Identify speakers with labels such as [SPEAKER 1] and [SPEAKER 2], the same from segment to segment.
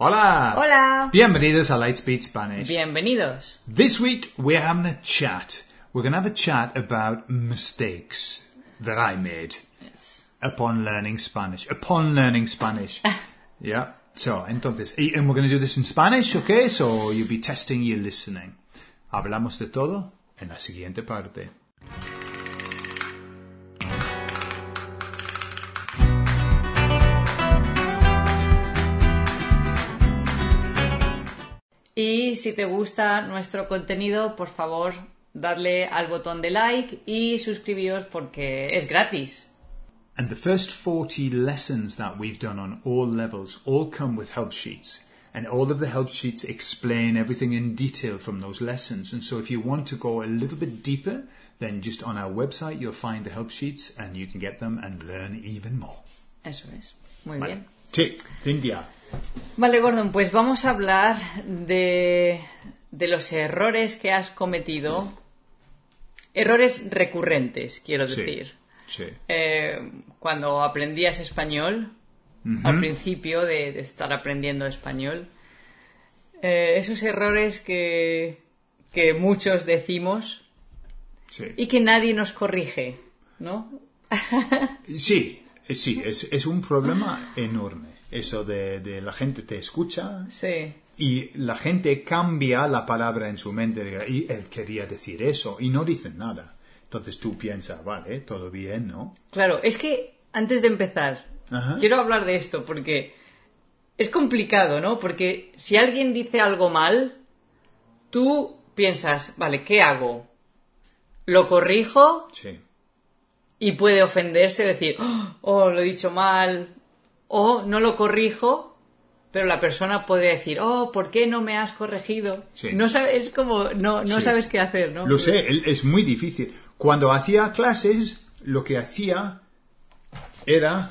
[SPEAKER 1] Hola!
[SPEAKER 2] Hola!
[SPEAKER 1] Bienvenidos a Lightspeed Spanish.
[SPEAKER 2] Bienvenidos.
[SPEAKER 1] This week we're having a chat. We're going to have a chat about mistakes that I made upon learning Spanish. Upon learning Spanish. yeah. So, entonces, y- and we're going to do this in Spanish, okay? So you'll be testing your listening. Hablamos de todo en la siguiente parte.
[SPEAKER 2] Y si te gusta nuestro contenido, por favor, dadle al botón de like y suscribíos porque es gratis.
[SPEAKER 1] And the first 40 lessons that we've done on all levels all come with help sheets. And all of the help sheets explain everything in detail from those lessons. And so if you want to go a little bit deeper, then just on our website you'll find the help sheets and you can get them and learn even more.
[SPEAKER 2] Eso es. Muy bien.
[SPEAKER 1] Tick, India.
[SPEAKER 2] Vale, Gordon, pues vamos a hablar de, de los errores que has cometido. Errores recurrentes, quiero decir. Eh, cuando aprendías español, al principio de, de estar aprendiendo español, eh, esos errores que, que muchos decimos y que nadie nos corrige, ¿no?
[SPEAKER 1] Sí, sí, es, es un problema enorme. Eso de, de la gente te escucha
[SPEAKER 2] Sí,
[SPEAKER 1] y la gente cambia la palabra en su mente y él quería decir eso y no dicen nada. Entonces tú piensas, vale, todo bien, ¿no?
[SPEAKER 2] claro, es que antes de empezar,
[SPEAKER 1] Ajá.
[SPEAKER 2] quiero hablar de esto porque es complicado, ¿no? Porque si alguien dice algo mal, tú piensas, vale, ¿qué hago? ¿Lo corrijo?
[SPEAKER 1] Sí.
[SPEAKER 2] y puede ofenderse, decir, "Oh, oh, lo he dicho mal, o no lo corrijo, pero la persona podría decir, oh, ¿por qué no me has corregido?
[SPEAKER 1] Sí.
[SPEAKER 2] No sabes, es como, no, no
[SPEAKER 1] Sí.
[SPEAKER 2] sabes qué hacer, ¿no?
[SPEAKER 1] Lo sé, él- es muy difícil. Cuando hacía clases, lo que hacía era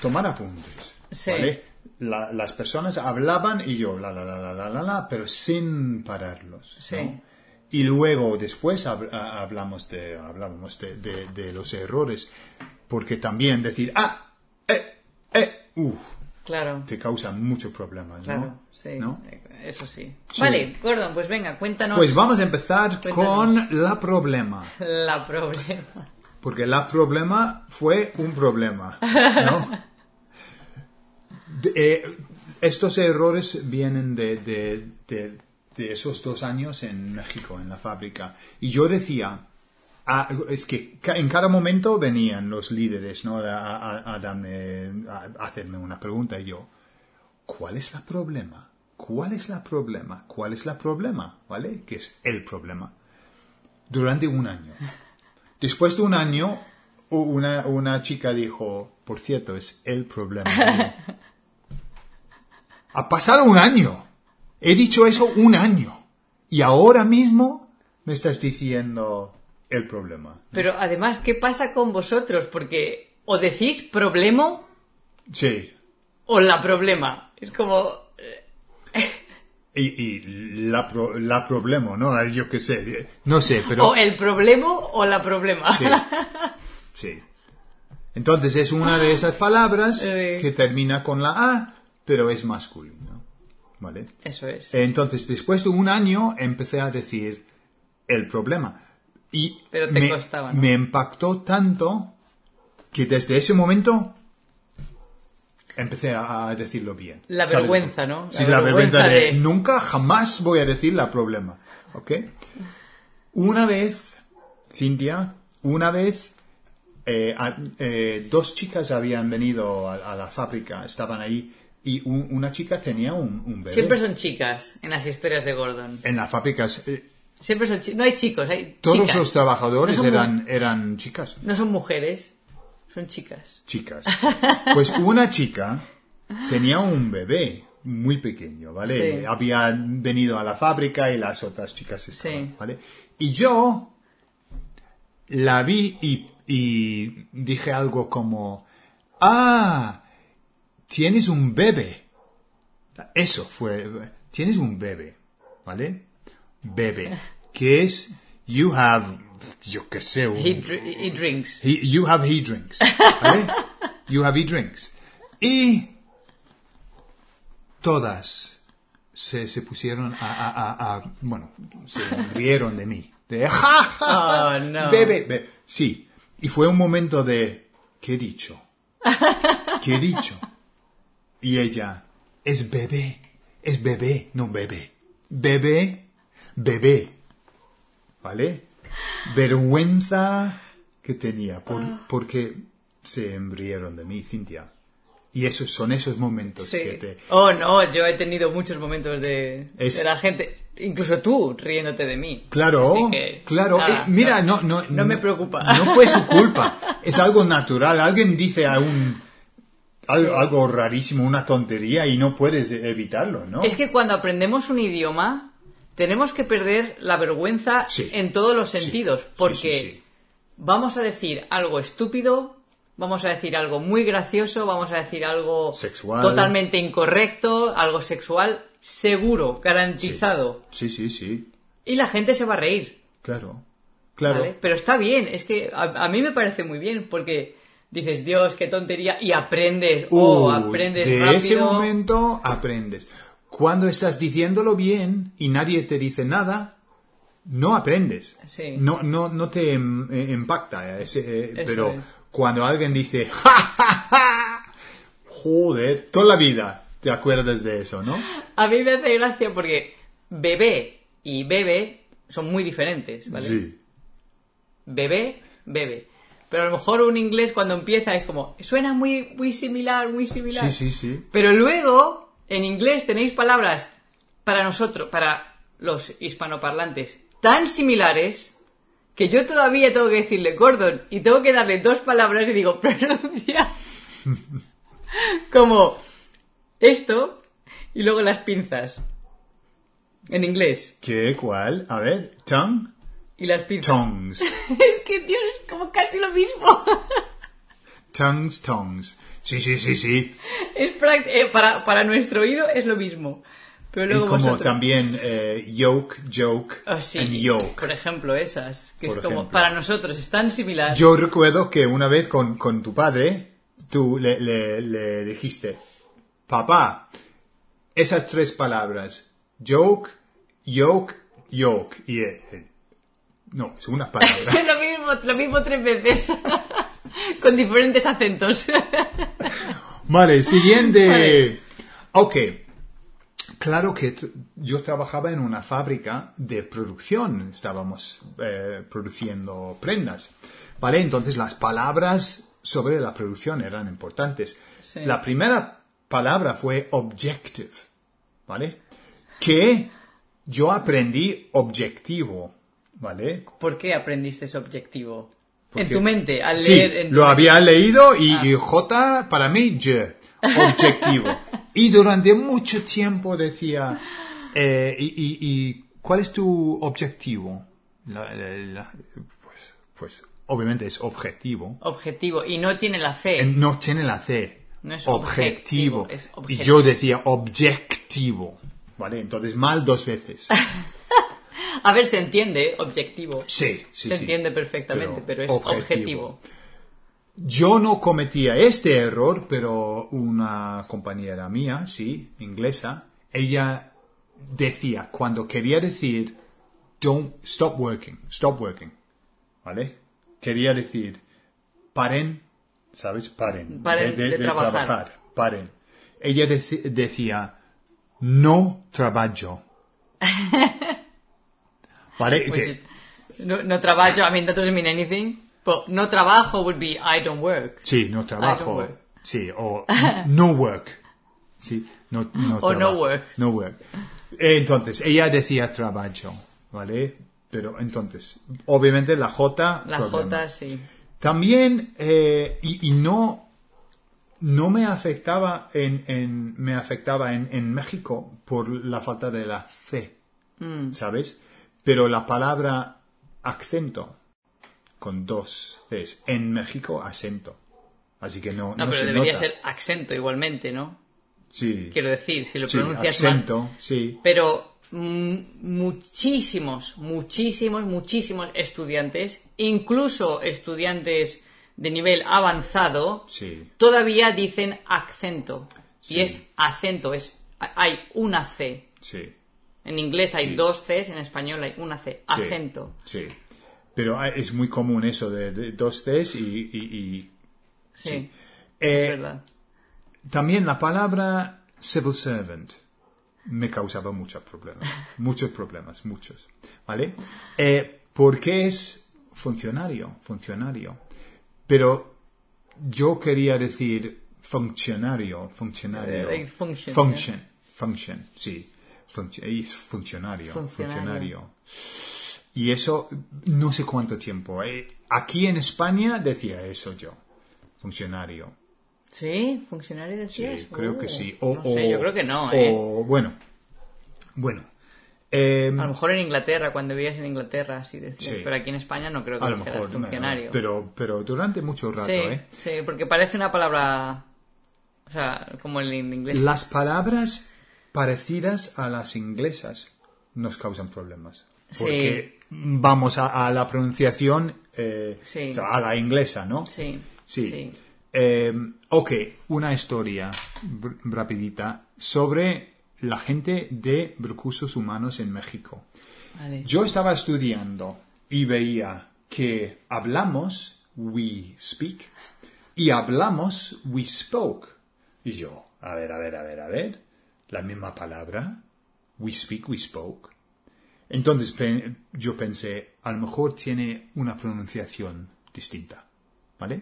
[SPEAKER 1] tomar apuntes.
[SPEAKER 2] Sí.
[SPEAKER 1] ¿vale? La- las personas hablaban y yo, la, la, la, la, la, la, la, pero sin pararlos.
[SPEAKER 2] Sí.
[SPEAKER 1] ¿no? Y luego, después hab- a- hablamos, de, hablábamos de, de- de los errores, porque también decir, ah, eh, eh, uff,
[SPEAKER 2] Claro,
[SPEAKER 1] te causa muchos problemas, ¿no?
[SPEAKER 2] claro, sí,
[SPEAKER 1] ¿No?
[SPEAKER 2] eso sí.
[SPEAKER 1] Sí.
[SPEAKER 2] Vale, Gordon, pues venga, cuéntanos
[SPEAKER 1] Pues vamos a empezar
[SPEAKER 2] Cuéntanos.
[SPEAKER 1] con la problema.
[SPEAKER 2] la problema.
[SPEAKER 1] Porque la problema fue un problema, ¿no? De- eh, estos errores vienen de, de- de- de esos dos años en México, en la fábrica. Y yo decía, ah, es que ca- en cada momento venían los líderes, ¿no? A, a- a darme, a- a hacerme una pregunta. Y yo, ¿cuál es la problema? ¿Cuál es la problema? ¿Cuál es la problema? ¿Vale? Que es el problema. Durante un año. Después de un año, u- una, una chica dijo, por cierto, es el problema. mío". ha pasado un año. He dicho eso un año. Y ahora mismo me estás diciendo el problema.
[SPEAKER 2] Pero además, ¿qué pasa con vosotros? Porque o decís problema
[SPEAKER 1] Sí.
[SPEAKER 2] o la problema. Es como, eh,
[SPEAKER 1] Y, y la, pro- la problema, ¿no? Yo qué sé. No sé, pero...
[SPEAKER 2] o el problema o la problema.
[SPEAKER 1] Sí. Sí. Entonces es una de esas palabras
[SPEAKER 2] Eh.
[SPEAKER 1] que termina con la A, pero es masculino. ¿Vale?
[SPEAKER 2] Eso es.
[SPEAKER 1] Entonces, después de un año, empecé a decir el problema. Y
[SPEAKER 2] Pero te
[SPEAKER 1] me,
[SPEAKER 2] costaba, ¿no?
[SPEAKER 1] me impactó tanto que desde ese momento empecé a, a decirlo bien.
[SPEAKER 2] La
[SPEAKER 1] ¿Sabes?
[SPEAKER 2] vergüenza, ¿no? La
[SPEAKER 1] sí, la vergüenza,
[SPEAKER 2] vergüenza
[SPEAKER 1] de...
[SPEAKER 2] de-
[SPEAKER 1] nunca, jamás voy a decir la problema. ¿Ok? Una vez, Cintia, una vez eh, a- eh, dos chicas habían venido a, a la fábrica, estaban ahí, y un- una chica tenía un, un bebé.
[SPEAKER 2] Siempre son chicas en las historias de Gordon.
[SPEAKER 1] En las fábricas, eh,
[SPEAKER 2] Siempre son chi- No hay chicos, hay
[SPEAKER 1] todos
[SPEAKER 2] chicas.
[SPEAKER 1] los trabajadores
[SPEAKER 2] No son mu-
[SPEAKER 1] eran, eran chicas.
[SPEAKER 2] No son mujeres, son chicas.
[SPEAKER 1] Chicas. Pues una chica tenía un bebé muy pequeño, ¿vale?
[SPEAKER 2] Sí.
[SPEAKER 1] Había venido a la fábrica y las otras chicas estaban,
[SPEAKER 2] Sí.
[SPEAKER 1] ¿vale? Y yo la vi y, y dije algo como, ah, tienes un bebé. Eso fue, tienes un bebé, ¿vale? Bebé, que es, you have, yo qué sé, un,
[SPEAKER 2] He, dr- he drinks.
[SPEAKER 1] He- you have he drinks. ¿vale? you have he drinks. Y todas se, se pusieron a, a, a, a, Bueno, se rieron de mí. De ¡Ja, ja, ja!
[SPEAKER 2] Oh, no.
[SPEAKER 1] Bebe, bebe. Sí. Y fue un momento de. ¿Qué he dicho? ¿Qué he dicho? Y ella. Es bebé. Es bebé, no bebé. Bebé, bebé. ¿Vale? Vergüenza que tenía por,
[SPEAKER 2] Ah.
[SPEAKER 1] porque se embrieron de mí, Cintia. Y esos son esos momentos
[SPEAKER 2] Sí.
[SPEAKER 1] Pues que te...
[SPEAKER 2] Oh, no, yo he tenido muchos momentos de,
[SPEAKER 1] Es-
[SPEAKER 2] de la gente, incluso tú, riéndote de mí.
[SPEAKER 1] Claro,
[SPEAKER 2] Así que,
[SPEAKER 1] claro.
[SPEAKER 2] nada,
[SPEAKER 1] Eh, mira, no, no,
[SPEAKER 2] no me preocupa.
[SPEAKER 1] No fue su culpa. Es algo natural. Alguien dice a un- al- algo rarísimo, una tontería y no puedes evitarlo, ¿no?
[SPEAKER 2] Es que cuando aprendemos un idioma, tenemos que perder la vergüenza
[SPEAKER 1] Sí.
[SPEAKER 2] en todos los
[SPEAKER 1] Sí.
[SPEAKER 2] sentidos,
[SPEAKER 1] Sí,
[SPEAKER 2] porque
[SPEAKER 1] sí, sí.
[SPEAKER 2] vamos a decir algo estúpido, vamos a decir algo muy gracioso, vamos a decir algo
[SPEAKER 1] Sexual.
[SPEAKER 2] totalmente incorrecto, algo sexual, seguro, garantizado.
[SPEAKER 1] Sí, sí, sí.
[SPEAKER 2] Y la gente se va a reír.
[SPEAKER 1] Claro. Claro.
[SPEAKER 2] ¿vale? Pero está bien, es que a, a mí me parece muy bien, porque dices, Dios, qué tontería, y aprendes, oh,
[SPEAKER 1] Uh,
[SPEAKER 2] aprendes
[SPEAKER 1] de
[SPEAKER 2] rápido.
[SPEAKER 1] ese momento aprendes. Cuando estás diciéndolo bien y nadie te dice nada, no aprendes.
[SPEAKER 2] Sí.
[SPEAKER 1] No, no, no te em- eh, impacta. eh, ese, eh,
[SPEAKER 2] Eso
[SPEAKER 1] pero
[SPEAKER 2] es.
[SPEAKER 1] cuando alguien dice, ¡Ja, ja, ja! joder, toda la vida te acuerdas de eso, ¿no?
[SPEAKER 2] A mí me hace gracia porque bebé y bebe son muy diferentes, ¿vale?
[SPEAKER 1] Sí.
[SPEAKER 2] Bebé, bebe. Pero a lo mejor un inglés cuando empieza es como, suena muy, muy similar, muy similar.
[SPEAKER 1] Sí, sí, sí.
[SPEAKER 2] Pero luego, en inglés tenéis palabras para nosotros, para los hispanoparlantes, tan similares que yo todavía tengo que decirle Gordon y tengo que darle dos palabras y digo, pronuncia. Como esto y luego las pinzas. En inglés.
[SPEAKER 1] ¿Qué? ¿Cuál? A ver, tongue,
[SPEAKER 2] Y las pinzas.
[SPEAKER 1] tongues.
[SPEAKER 2] Es que, Dios, es como casi lo mismo.
[SPEAKER 1] Tongues, tongues. Sí, sí, sí, sí.
[SPEAKER 2] Es práct- eh, para, para nuestro oído es lo mismo. Pero luego
[SPEAKER 1] y como
[SPEAKER 2] vosotros-
[SPEAKER 1] también eh, yoke, joke,
[SPEAKER 2] Ah, sí,
[SPEAKER 1] and yoke.
[SPEAKER 2] Por ejemplo, esas, que
[SPEAKER 1] Por
[SPEAKER 2] es como,
[SPEAKER 1] ejemplo.
[SPEAKER 2] para nosotros es tan similar.
[SPEAKER 1] Yo recuerdo que una vez con, con tu padre, tú le, le- le dijiste, papá, esas tres palabras, joke, yoke, yoke, y él, él, no, es una palabra.
[SPEAKER 2] Es lo mismo, lo mismo tres veces, con diferentes acentos.
[SPEAKER 1] vale, siguiente.
[SPEAKER 2] Vale.
[SPEAKER 1] Ok. Claro que tr- yo trabajaba en una fábrica de producción, estábamos eh, produciendo prendas. Vale, entonces las palabras sobre la producción eran importantes.
[SPEAKER 2] Sí.
[SPEAKER 1] La primera palabra fue objective, ¿vale? Que yo aprendí objetivo, ¿vale?
[SPEAKER 2] ¿Por qué aprendiste ese objetivo?
[SPEAKER 1] ¿Por
[SPEAKER 2] en
[SPEAKER 1] qué?
[SPEAKER 2] tu mente, al
[SPEAKER 1] Sí,
[SPEAKER 2] leer. En tu- Ah.
[SPEAKER 1] lo había leído y, y J para mí, Y, objetivo. y durante mucho tiempo decía, eh, y, y- y cuál es tu objetivo? La- la- la- pues, pues obviamente es objetivo.
[SPEAKER 2] Objetivo, y no tiene la C.
[SPEAKER 1] No tiene la C.
[SPEAKER 2] No es objetivo, es
[SPEAKER 1] Y
[SPEAKER 2] objetivo.
[SPEAKER 1] yo decía objetivo. Vale, entonces mal dos veces.
[SPEAKER 2] A ver, se entiende, ¿eh? objetivo.
[SPEAKER 1] Sí, sí,
[SPEAKER 2] se
[SPEAKER 1] sí.
[SPEAKER 2] entiende perfectamente,
[SPEAKER 1] Pero
[SPEAKER 2] pero, es
[SPEAKER 1] objetivo.
[SPEAKER 2] objetivo.
[SPEAKER 1] Yo no cometía este error, pero una compañera mía, sí, inglesa, ella decía cuando quería decir don't stop working, stop working, ¿vale? Quería decir paren, ¿sabes? Paren,
[SPEAKER 2] Paren de trabajar.
[SPEAKER 1] paren. Ella deci- decía no trabajo. ¿Vale?
[SPEAKER 2] Which
[SPEAKER 1] Que-
[SPEAKER 2] is- Pues, no, no trabajo, I mean, that doesn't mean anything. But no trabajo would be I don't work.
[SPEAKER 1] Sí, no
[SPEAKER 2] I don't
[SPEAKER 1] trabajo.
[SPEAKER 2] work.
[SPEAKER 1] Sí, o no work. Sí, no, no
[SPEAKER 2] O no
[SPEAKER 1] trabajo.
[SPEAKER 2] work.
[SPEAKER 1] No work. Entonces, ella decía trabajo, ¿vale? Pero entonces, obviamente la J.
[SPEAKER 2] La
[SPEAKER 1] problema.
[SPEAKER 2] J, sí.
[SPEAKER 1] También, eh, y, y no, no me afectaba en, en- me afectaba en, en México por la falta de la C,
[SPEAKER 2] Mm.
[SPEAKER 1] ¿sabes? Pero la palabra acento, con dos Cs, en México acento. Así que no,
[SPEAKER 2] No,
[SPEAKER 1] no
[SPEAKER 2] pero
[SPEAKER 1] se
[SPEAKER 2] debería
[SPEAKER 1] nota.
[SPEAKER 2] ser acento igualmente, ¿no?
[SPEAKER 1] sí,
[SPEAKER 2] Quiero decir, si lo
[SPEAKER 1] sí,
[SPEAKER 2] pronuncias mal.
[SPEAKER 1] acento, sí,
[SPEAKER 2] Pero mm, muchísimos, muchísimos, muchísimos estudiantes, incluso estudiantes de nivel avanzado,
[SPEAKER 1] sí,
[SPEAKER 2] todavía dicen acento.
[SPEAKER 1] Sí.
[SPEAKER 2] Y es acento, es Hay una C.
[SPEAKER 1] Sí.
[SPEAKER 2] En inglés hay dos Cs, en español hay una C.
[SPEAKER 1] Sí.
[SPEAKER 2] Acento.
[SPEAKER 1] Sí. Pero hay- es muy común eso de, de dos Cs y... y- y-
[SPEAKER 2] Sí.
[SPEAKER 1] Sí.
[SPEAKER 2] Es
[SPEAKER 1] Eh,
[SPEAKER 2] verdad.
[SPEAKER 1] también la palabra civil servant me causaba muchos problemas. Muchos problemas, muchos. ¿Vale? Eh, porque es funcionario, funcionario. Pero yo quería decir funcionario, funcionario.
[SPEAKER 2] Eh, function,
[SPEAKER 1] function, function, sí. Func- es funcionario,
[SPEAKER 2] Funcionario.
[SPEAKER 1] funcionario. Y eso, no sé cuánto tiempo. eh, aquí en España decía eso yo. Funcionario.
[SPEAKER 2] Sí, funcionario de
[SPEAKER 1] Sí,
[SPEAKER 2] CIES.
[SPEAKER 1] creo que
[SPEAKER 2] Oh.
[SPEAKER 1] sí. O,
[SPEAKER 2] no
[SPEAKER 1] o-
[SPEAKER 2] sé, yo creo que no,
[SPEAKER 1] o,
[SPEAKER 2] ¿eh?
[SPEAKER 1] bueno. Bueno. Eh,
[SPEAKER 2] A lo mejor en Inglaterra, cuando vivías en Inglaterra, sí decías,
[SPEAKER 1] Sí.
[SPEAKER 2] pero aquí en España no creo que
[SPEAKER 1] a lo
[SPEAKER 2] dijeras
[SPEAKER 1] mejor. no, no,
[SPEAKER 2] funcionario.
[SPEAKER 1] pero, pero durante mucho rato,
[SPEAKER 2] sí,
[SPEAKER 1] ¿eh?
[SPEAKER 2] sí, porque parece una palabra, o sea, como en inglés.
[SPEAKER 1] Las palabras parecidas a las inglesas nos causan problemas.
[SPEAKER 2] Sí.
[SPEAKER 1] Porque vamos a, a la pronunciación, eh,
[SPEAKER 2] Sí.
[SPEAKER 1] o sea, a la inglesa, ¿no?
[SPEAKER 2] Sí,
[SPEAKER 1] Sí.
[SPEAKER 2] sí.
[SPEAKER 1] Eh, ok, una historia br- rapidita sobre la gente de recursos humanos en México.
[SPEAKER 2] Vale.
[SPEAKER 1] Yo estaba estudiando y veía que hablamos, we speak, y hablamos, we spoke. Y yo, a ver, a ver, a ver, a ver, la misma palabra, we speak, we spoke. Entonces pe- yo pensé, a lo mejor tiene una pronunciación distinta, ¿vale?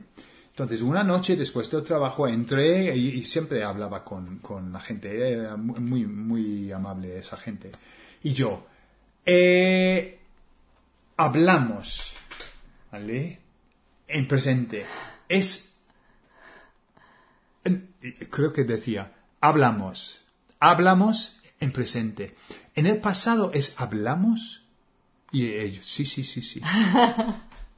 [SPEAKER 1] Entonces una noche después del trabajo entré y, y siempre hablaba con, con la gente, era mu- muy, muy amable esa gente. Y yo, eh, hablamos, ¿vale? En presente. Es... en- Creo que decía, hablamos. Hablamos en presente. En el pasado es hablamos. Y ellos, sí, sí, sí, sí.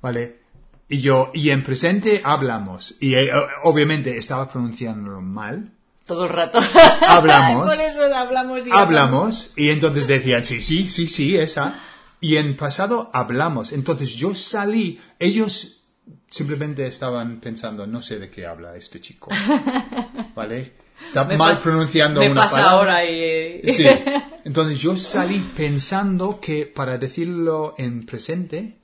[SPEAKER 1] ¿Vale? Y yo, y en presente hablamos. Y eh, obviamente estaba pronunciándolo mal.
[SPEAKER 2] Todo el rato.
[SPEAKER 1] Hablamos.
[SPEAKER 2] Por eso hablamos y
[SPEAKER 1] hablamos y entonces decían, sí, sí, sí, sí, esa. Y en pasado hablamos. Entonces yo salí, ellos simplemente estaban pensando, no sé de qué habla este chico. ¿Vale? Está
[SPEAKER 2] Me
[SPEAKER 1] mal
[SPEAKER 2] pas-
[SPEAKER 1] pronunciando
[SPEAKER 2] me
[SPEAKER 1] una
[SPEAKER 2] pasa
[SPEAKER 1] palabra.
[SPEAKER 2] ahora y...
[SPEAKER 1] Sí. Entonces yo salí pensando que para decirlo en presente,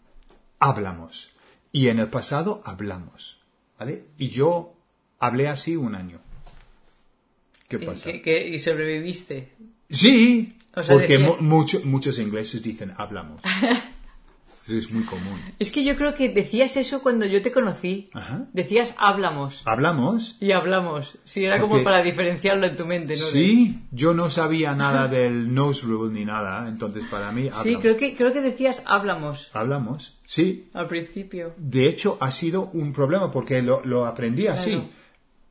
[SPEAKER 1] hablamos. Y en el pasado, hablamos. ¿Vale? Y yo hablé así un año. ¿Qué
[SPEAKER 2] y
[SPEAKER 1] pasa?
[SPEAKER 2] que- que- y sobreviviste.
[SPEAKER 1] Sí,
[SPEAKER 2] O sea,
[SPEAKER 1] porque
[SPEAKER 2] decía-
[SPEAKER 1] mu- mucho- muchos ingleses dicen hablamos. Eso es muy común.
[SPEAKER 2] Es que yo creo que decías eso cuando yo te conocí.
[SPEAKER 1] Ajá.
[SPEAKER 2] Decías hablamos
[SPEAKER 1] ¿Hablamos?
[SPEAKER 2] y hablamos. Sí, era como
[SPEAKER 1] Porque-
[SPEAKER 2] para diferenciarlo en tu mente, ¿no?
[SPEAKER 1] Sí, yo no sabía nada del nose rule ni nada, entonces para mí hablamos.
[SPEAKER 2] Sí, creo que, creo que decías hablamos
[SPEAKER 1] Hablamos, sí.
[SPEAKER 2] al principio.
[SPEAKER 1] De hecho, ha sido un problema porque lo, lo aprendí así.
[SPEAKER 2] Claro.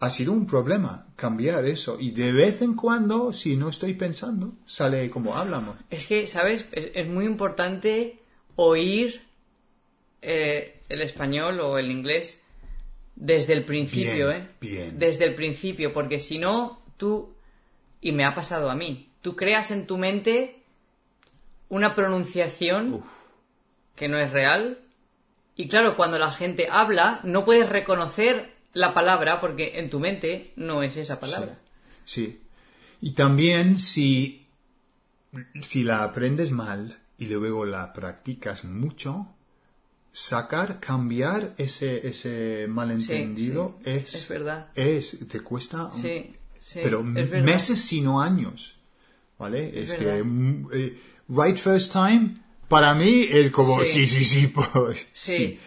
[SPEAKER 1] Ha sido un problema cambiar eso. Y de vez en cuando, si no estoy pensando, sale como hablamos.
[SPEAKER 2] Es que, ¿sabes? Es, es muy importante oír eh, el español o el inglés desde el principio,
[SPEAKER 1] Bien,
[SPEAKER 2] ¿eh?
[SPEAKER 1] bien.
[SPEAKER 2] Desde el principio, porque si no, tú, y me ha pasado a mí, tú creas en tu mente una pronunciación
[SPEAKER 1] Uf.
[SPEAKER 2] que no es real. Y claro, cuando la gente habla, no puedes reconocer la palabra porque en tu mente no es esa palabra.
[SPEAKER 1] Sí. Y también si, si la aprendes mal y luego la practicas mucho, sacar, cambiar ese, ese malentendido
[SPEAKER 2] sí,
[SPEAKER 1] es...
[SPEAKER 2] es verdad.
[SPEAKER 1] Es, te cuesta... un-
[SPEAKER 2] Sí, sí.
[SPEAKER 1] pero
[SPEAKER 2] es verdad.
[SPEAKER 1] meses sino años. ¿Vale?
[SPEAKER 2] Es
[SPEAKER 1] Es,
[SPEAKER 2] verdad.
[SPEAKER 1] que... mm, eh, right first time, para mí es como...
[SPEAKER 2] Sí.
[SPEAKER 1] Sí, sí, sí. pues,
[SPEAKER 2] Sí.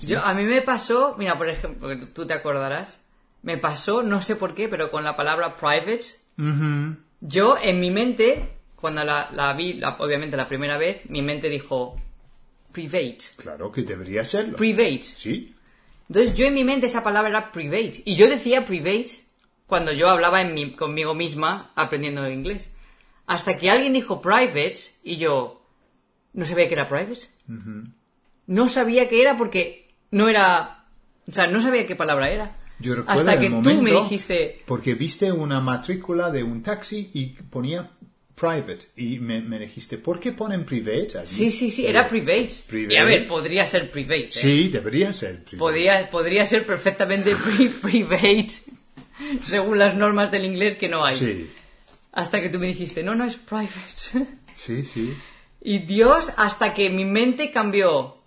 [SPEAKER 2] Yo, a mí me pasó, mira, por ejemplo, que tú te acordarás, me pasó, no sé por qué, pero con la palabra private, yo en mi mente, cuando la, la vi, la- obviamente la primera vez, mi mente dijo private,
[SPEAKER 1] Claro que debería serlo.
[SPEAKER 2] private.
[SPEAKER 1] sí.
[SPEAKER 2] Entonces yo en mi mente esa palabra era private, y yo decía private cuando yo hablaba en mi- conmigo misma aprendiendo inglés. Hasta que alguien dijo private y yo no sabía que era private. No sabía que era porque no era. O sea, no sabía qué palabra era.
[SPEAKER 1] Yo recuerdo
[SPEAKER 2] Hasta
[SPEAKER 1] el
[SPEAKER 2] que tú me
[SPEAKER 1] momento,
[SPEAKER 2] dijiste.
[SPEAKER 1] Porque viste una matrícula de un taxi y ponía private. Y me, me dijiste, ¿por qué ponen private allí?
[SPEAKER 2] Sí, sí, sí, era private.
[SPEAKER 1] Private.
[SPEAKER 2] Y a ver, podría ser private. ¿eh?
[SPEAKER 1] Sí, debería ser private.
[SPEAKER 2] Podría, podría ser perfectamente pri- private. Según las normas del inglés que no hay.
[SPEAKER 1] Sí,
[SPEAKER 2] Hasta que tú me dijiste, no, no es private.
[SPEAKER 1] Sí, sí.
[SPEAKER 2] Y Dios, hasta que mi mente cambió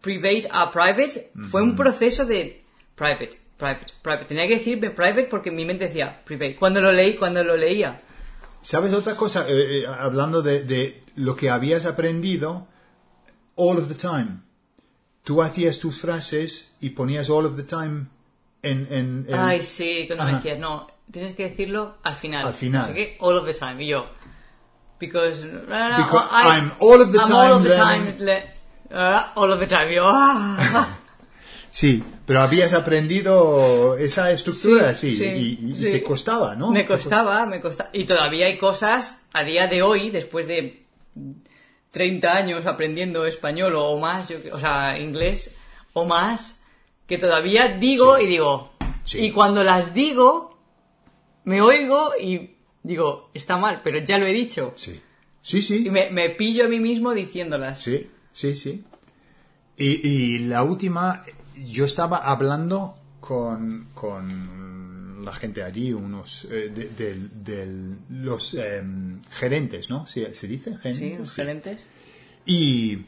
[SPEAKER 2] private a private, fue un proceso de private, private, private. Tenía que decirme private porque mi mente decía private. Cuando lo leí, cuando lo leía.
[SPEAKER 1] ¿Sabes otra cosa? Eh, eh, hablando de, de, lo que habías aprendido, all of the time. Tú hacías tus frases y ponías all of the time en... en, en...
[SPEAKER 2] Ay, sí, cuando me decías, no, tienes que decirlo al final.
[SPEAKER 1] Al final.
[SPEAKER 2] No sé qué, all of the time. Y yo, because...
[SPEAKER 1] Because I'm all of the
[SPEAKER 2] I'm
[SPEAKER 1] time
[SPEAKER 2] all of the
[SPEAKER 1] learning.
[SPEAKER 2] time le- ah, all of the time. Y yo, ah.
[SPEAKER 1] Sí, pero habías aprendido esa estructura, sí,
[SPEAKER 2] Sí, sí,
[SPEAKER 1] y, y- y
[SPEAKER 2] sí.
[SPEAKER 1] te costaba, ¿no?
[SPEAKER 2] Me costaba, me costaba. Y todavía hay cosas a día de hoy, después de 30 años aprendiendo español o más, yo que- o sea, inglés o más, que todavía digo
[SPEAKER 1] Sí.
[SPEAKER 2] y digo.
[SPEAKER 1] Sí.
[SPEAKER 2] Y cuando las digo, me oigo y digo, está mal, pero ya lo he dicho.
[SPEAKER 1] Sí, sí, sí.
[SPEAKER 2] Y me, me pillo a mí mismo diciéndolas.
[SPEAKER 1] Sí, sí, sí. Y, y la última, yo estaba hablando con, con la gente allí, unos eh, de, del- del- los em, gerentes, ¿no? ¿Se, se dice? Gerentes,
[SPEAKER 2] Sí, los gerentes.
[SPEAKER 1] Y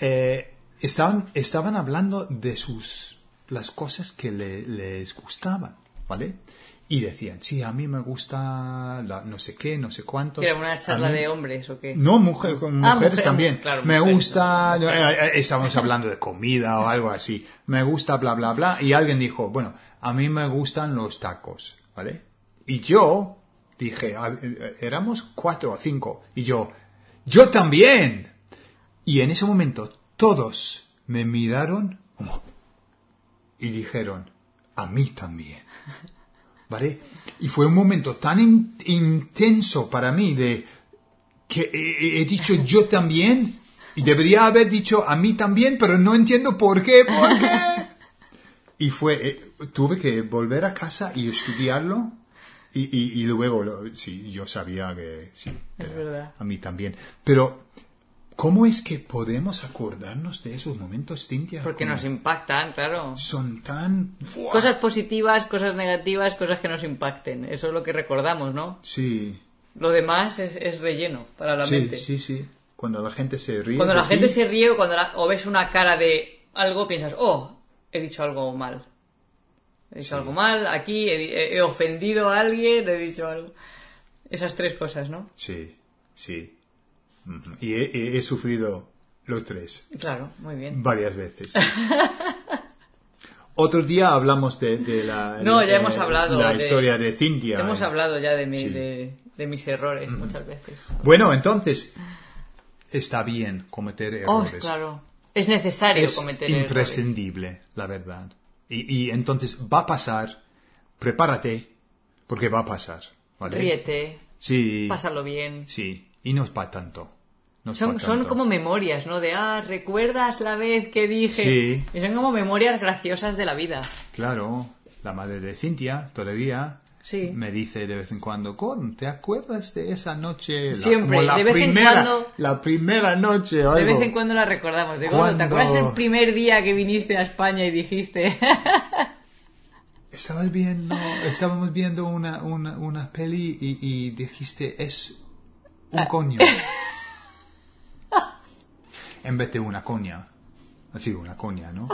[SPEAKER 1] eh, estaban, estaban hablando de sus las cosas que le- les gustaban, ¿vale? Y decían, sí, a mí me gusta la no sé qué, no sé cuántos.
[SPEAKER 2] Que era una charla
[SPEAKER 1] Pues a mí-
[SPEAKER 2] de hombres o qué.
[SPEAKER 1] no, mujer, con
[SPEAKER 2] Ah,
[SPEAKER 1] mujeres
[SPEAKER 2] mujer,
[SPEAKER 1] también.
[SPEAKER 2] claro,
[SPEAKER 1] me
[SPEAKER 2] mujeres,
[SPEAKER 1] gusta, eh, eh, estábamos hablando de comida o algo así. Me gusta, bla, bla, bla. Y alguien dijo, bueno, a mí me gustan los tacos, ¿vale? Y yo dije, a- eh, éramos cuatro o cinco. Y yo, yo también. Y en ese momento todos me miraron como- y dijeron, a mí también. ¿Vale? Y fue un momento tan in- intenso para mí de que he, he- he dicho yo también y debería haber dicho a mí también, pero no entiendo por qué, por qué. Y fue, eh, tuve que volver a casa y estudiarlo y, y- y luego, lo- sí, yo sabía que sí,
[SPEAKER 2] Es
[SPEAKER 1] era
[SPEAKER 2] verdad.
[SPEAKER 1] a mí también. Pero, ¿cómo es que podemos acordarnos de esos momentos, Cintia?
[SPEAKER 2] Porque
[SPEAKER 1] Como
[SPEAKER 2] nos impactan, claro.
[SPEAKER 1] Son tan... ¡Buah!
[SPEAKER 2] Cosas positivas, cosas negativas, cosas que nos impacten. Eso es lo que recordamos, ¿no?
[SPEAKER 1] Sí,
[SPEAKER 2] Lo demás es, es relleno para la
[SPEAKER 1] sí,
[SPEAKER 2] mente.
[SPEAKER 1] sí, sí. Cuando la gente se ríe.
[SPEAKER 2] Cuando
[SPEAKER 1] de
[SPEAKER 2] la gente
[SPEAKER 1] ti,
[SPEAKER 2] se ríe o cuando la- o ves una cara de algo, piensas, oh, he dicho algo mal. He dicho algo mal, aquí he, di- he- he ofendido a alguien, he dicho algo. Esas tres cosas, ¿no?
[SPEAKER 1] Sí, sí. Ujú. Y he, he- he sufrido los tres
[SPEAKER 2] Claro, muy bien.
[SPEAKER 1] varias veces. Otro día hablamos de, de la...
[SPEAKER 2] No, ya
[SPEAKER 1] eh,
[SPEAKER 2] hemos hablado
[SPEAKER 1] La
[SPEAKER 2] de-
[SPEAKER 1] historia de Cintia. Eh,
[SPEAKER 2] Hemos hablado ya de, mi-
[SPEAKER 1] Sí.
[SPEAKER 2] de- de mis errores muchas veces.
[SPEAKER 1] Bueno, entonces, está bien cometer
[SPEAKER 2] Oh,
[SPEAKER 1] errores.
[SPEAKER 2] claro. Es necesario
[SPEAKER 1] es
[SPEAKER 2] cometer errores.
[SPEAKER 1] imprescindible, la verdad. Y, y entonces va a pasar, prepárate, porque va a pasar, ¿vale?
[SPEAKER 2] Ríete,
[SPEAKER 1] Sí,
[SPEAKER 2] pásalo bien.
[SPEAKER 1] sí, y no es para tanto. no es pa'
[SPEAKER 2] Son, son
[SPEAKER 1] tanto.
[SPEAKER 2] como memorias, ¿no? De, ah, ¿recuerdas la vez que dije?
[SPEAKER 1] Sí.
[SPEAKER 2] Y son como memorias graciosas de la vida.
[SPEAKER 1] Claro, la madre de Cintia todavía
[SPEAKER 2] Sí.
[SPEAKER 1] me dice de vez en cuando, Con, ¿te acuerdas de esa noche? La-
[SPEAKER 2] Siempre,
[SPEAKER 1] como la
[SPEAKER 2] de vez en
[SPEAKER 1] primera,
[SPEAKER 2] cuando-
[SPEAKER 1] La primera noche, o
[SPEAKER 2] De
[SPEAKER 1] algo.
[SPEAKER 2] vez en cuando la recordamos. De
[SPEAKER 1] Cuando-
[SPEAKER 2] cuando ¿Te acuerdas el primer día que viniste a España y dijiste?
[SPEAKER 1] Estabas viendo, estábamos viendo una, una, una peli y, y dijiste, es
[SPEAKER 2] Ah.
[SPEAKER 1] un coño. en vez de una coña. Así, una coña, ¿no?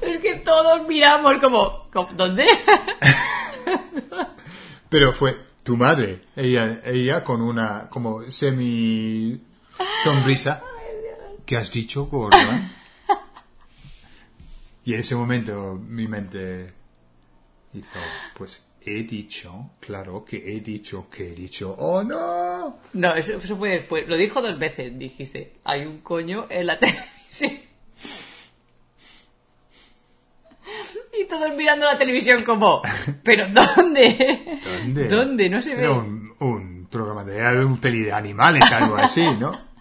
[SPEAKER 2] es que todos miramos como, como, ¿dónde?
[SPEAKER 1] Pero fue tu madre, ella, ella con una como semi sonrisa. ¿Qué has dicho, Gordon? Y en ese momento mi mente hizo, pues he dicho, claro que he dicho, que he dicho, oh no.
[SPEAKER 2] no, eso, eso fue después. Lo dijo dos veces. Dijiste, hay un coño en la televisión. Y todos mirando la televisión como, ¿pero dónde?
[SPEAKER 1] ¿Dónde?
[SPEAKER 2] ¿Dónde? No se ve.
[SPEAKER 1] Era un, un programa de un peli de animales, algo así, ¿no?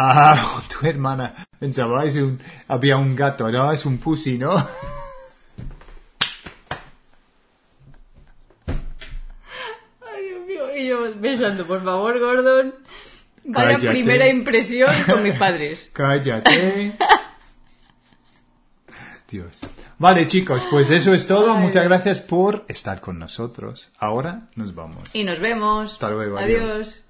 [SPEAKER 1] Ah, tu hermana pensaba, es un, había un gato, ¿no? Es un pussy, ¿no?
[SPEAKER 2] Ay, Dios mío. Y yo pensando, por favor, Gordon, vaya
[SPEAKER 1] Cállate.
[SPEAKER 2] primera impresión con mis padres.
[SPEAKER 1] Cállate. Dios. Vale, chicos, pues eso es todo. Ay. Muchas gracias por estar con nosotros. Ahora nos vamos.
[SPEAKER 2] Y nos vemos.
[SPEAKER 1] Hasta luego.
[SPEAKER 2] adiós. adiós.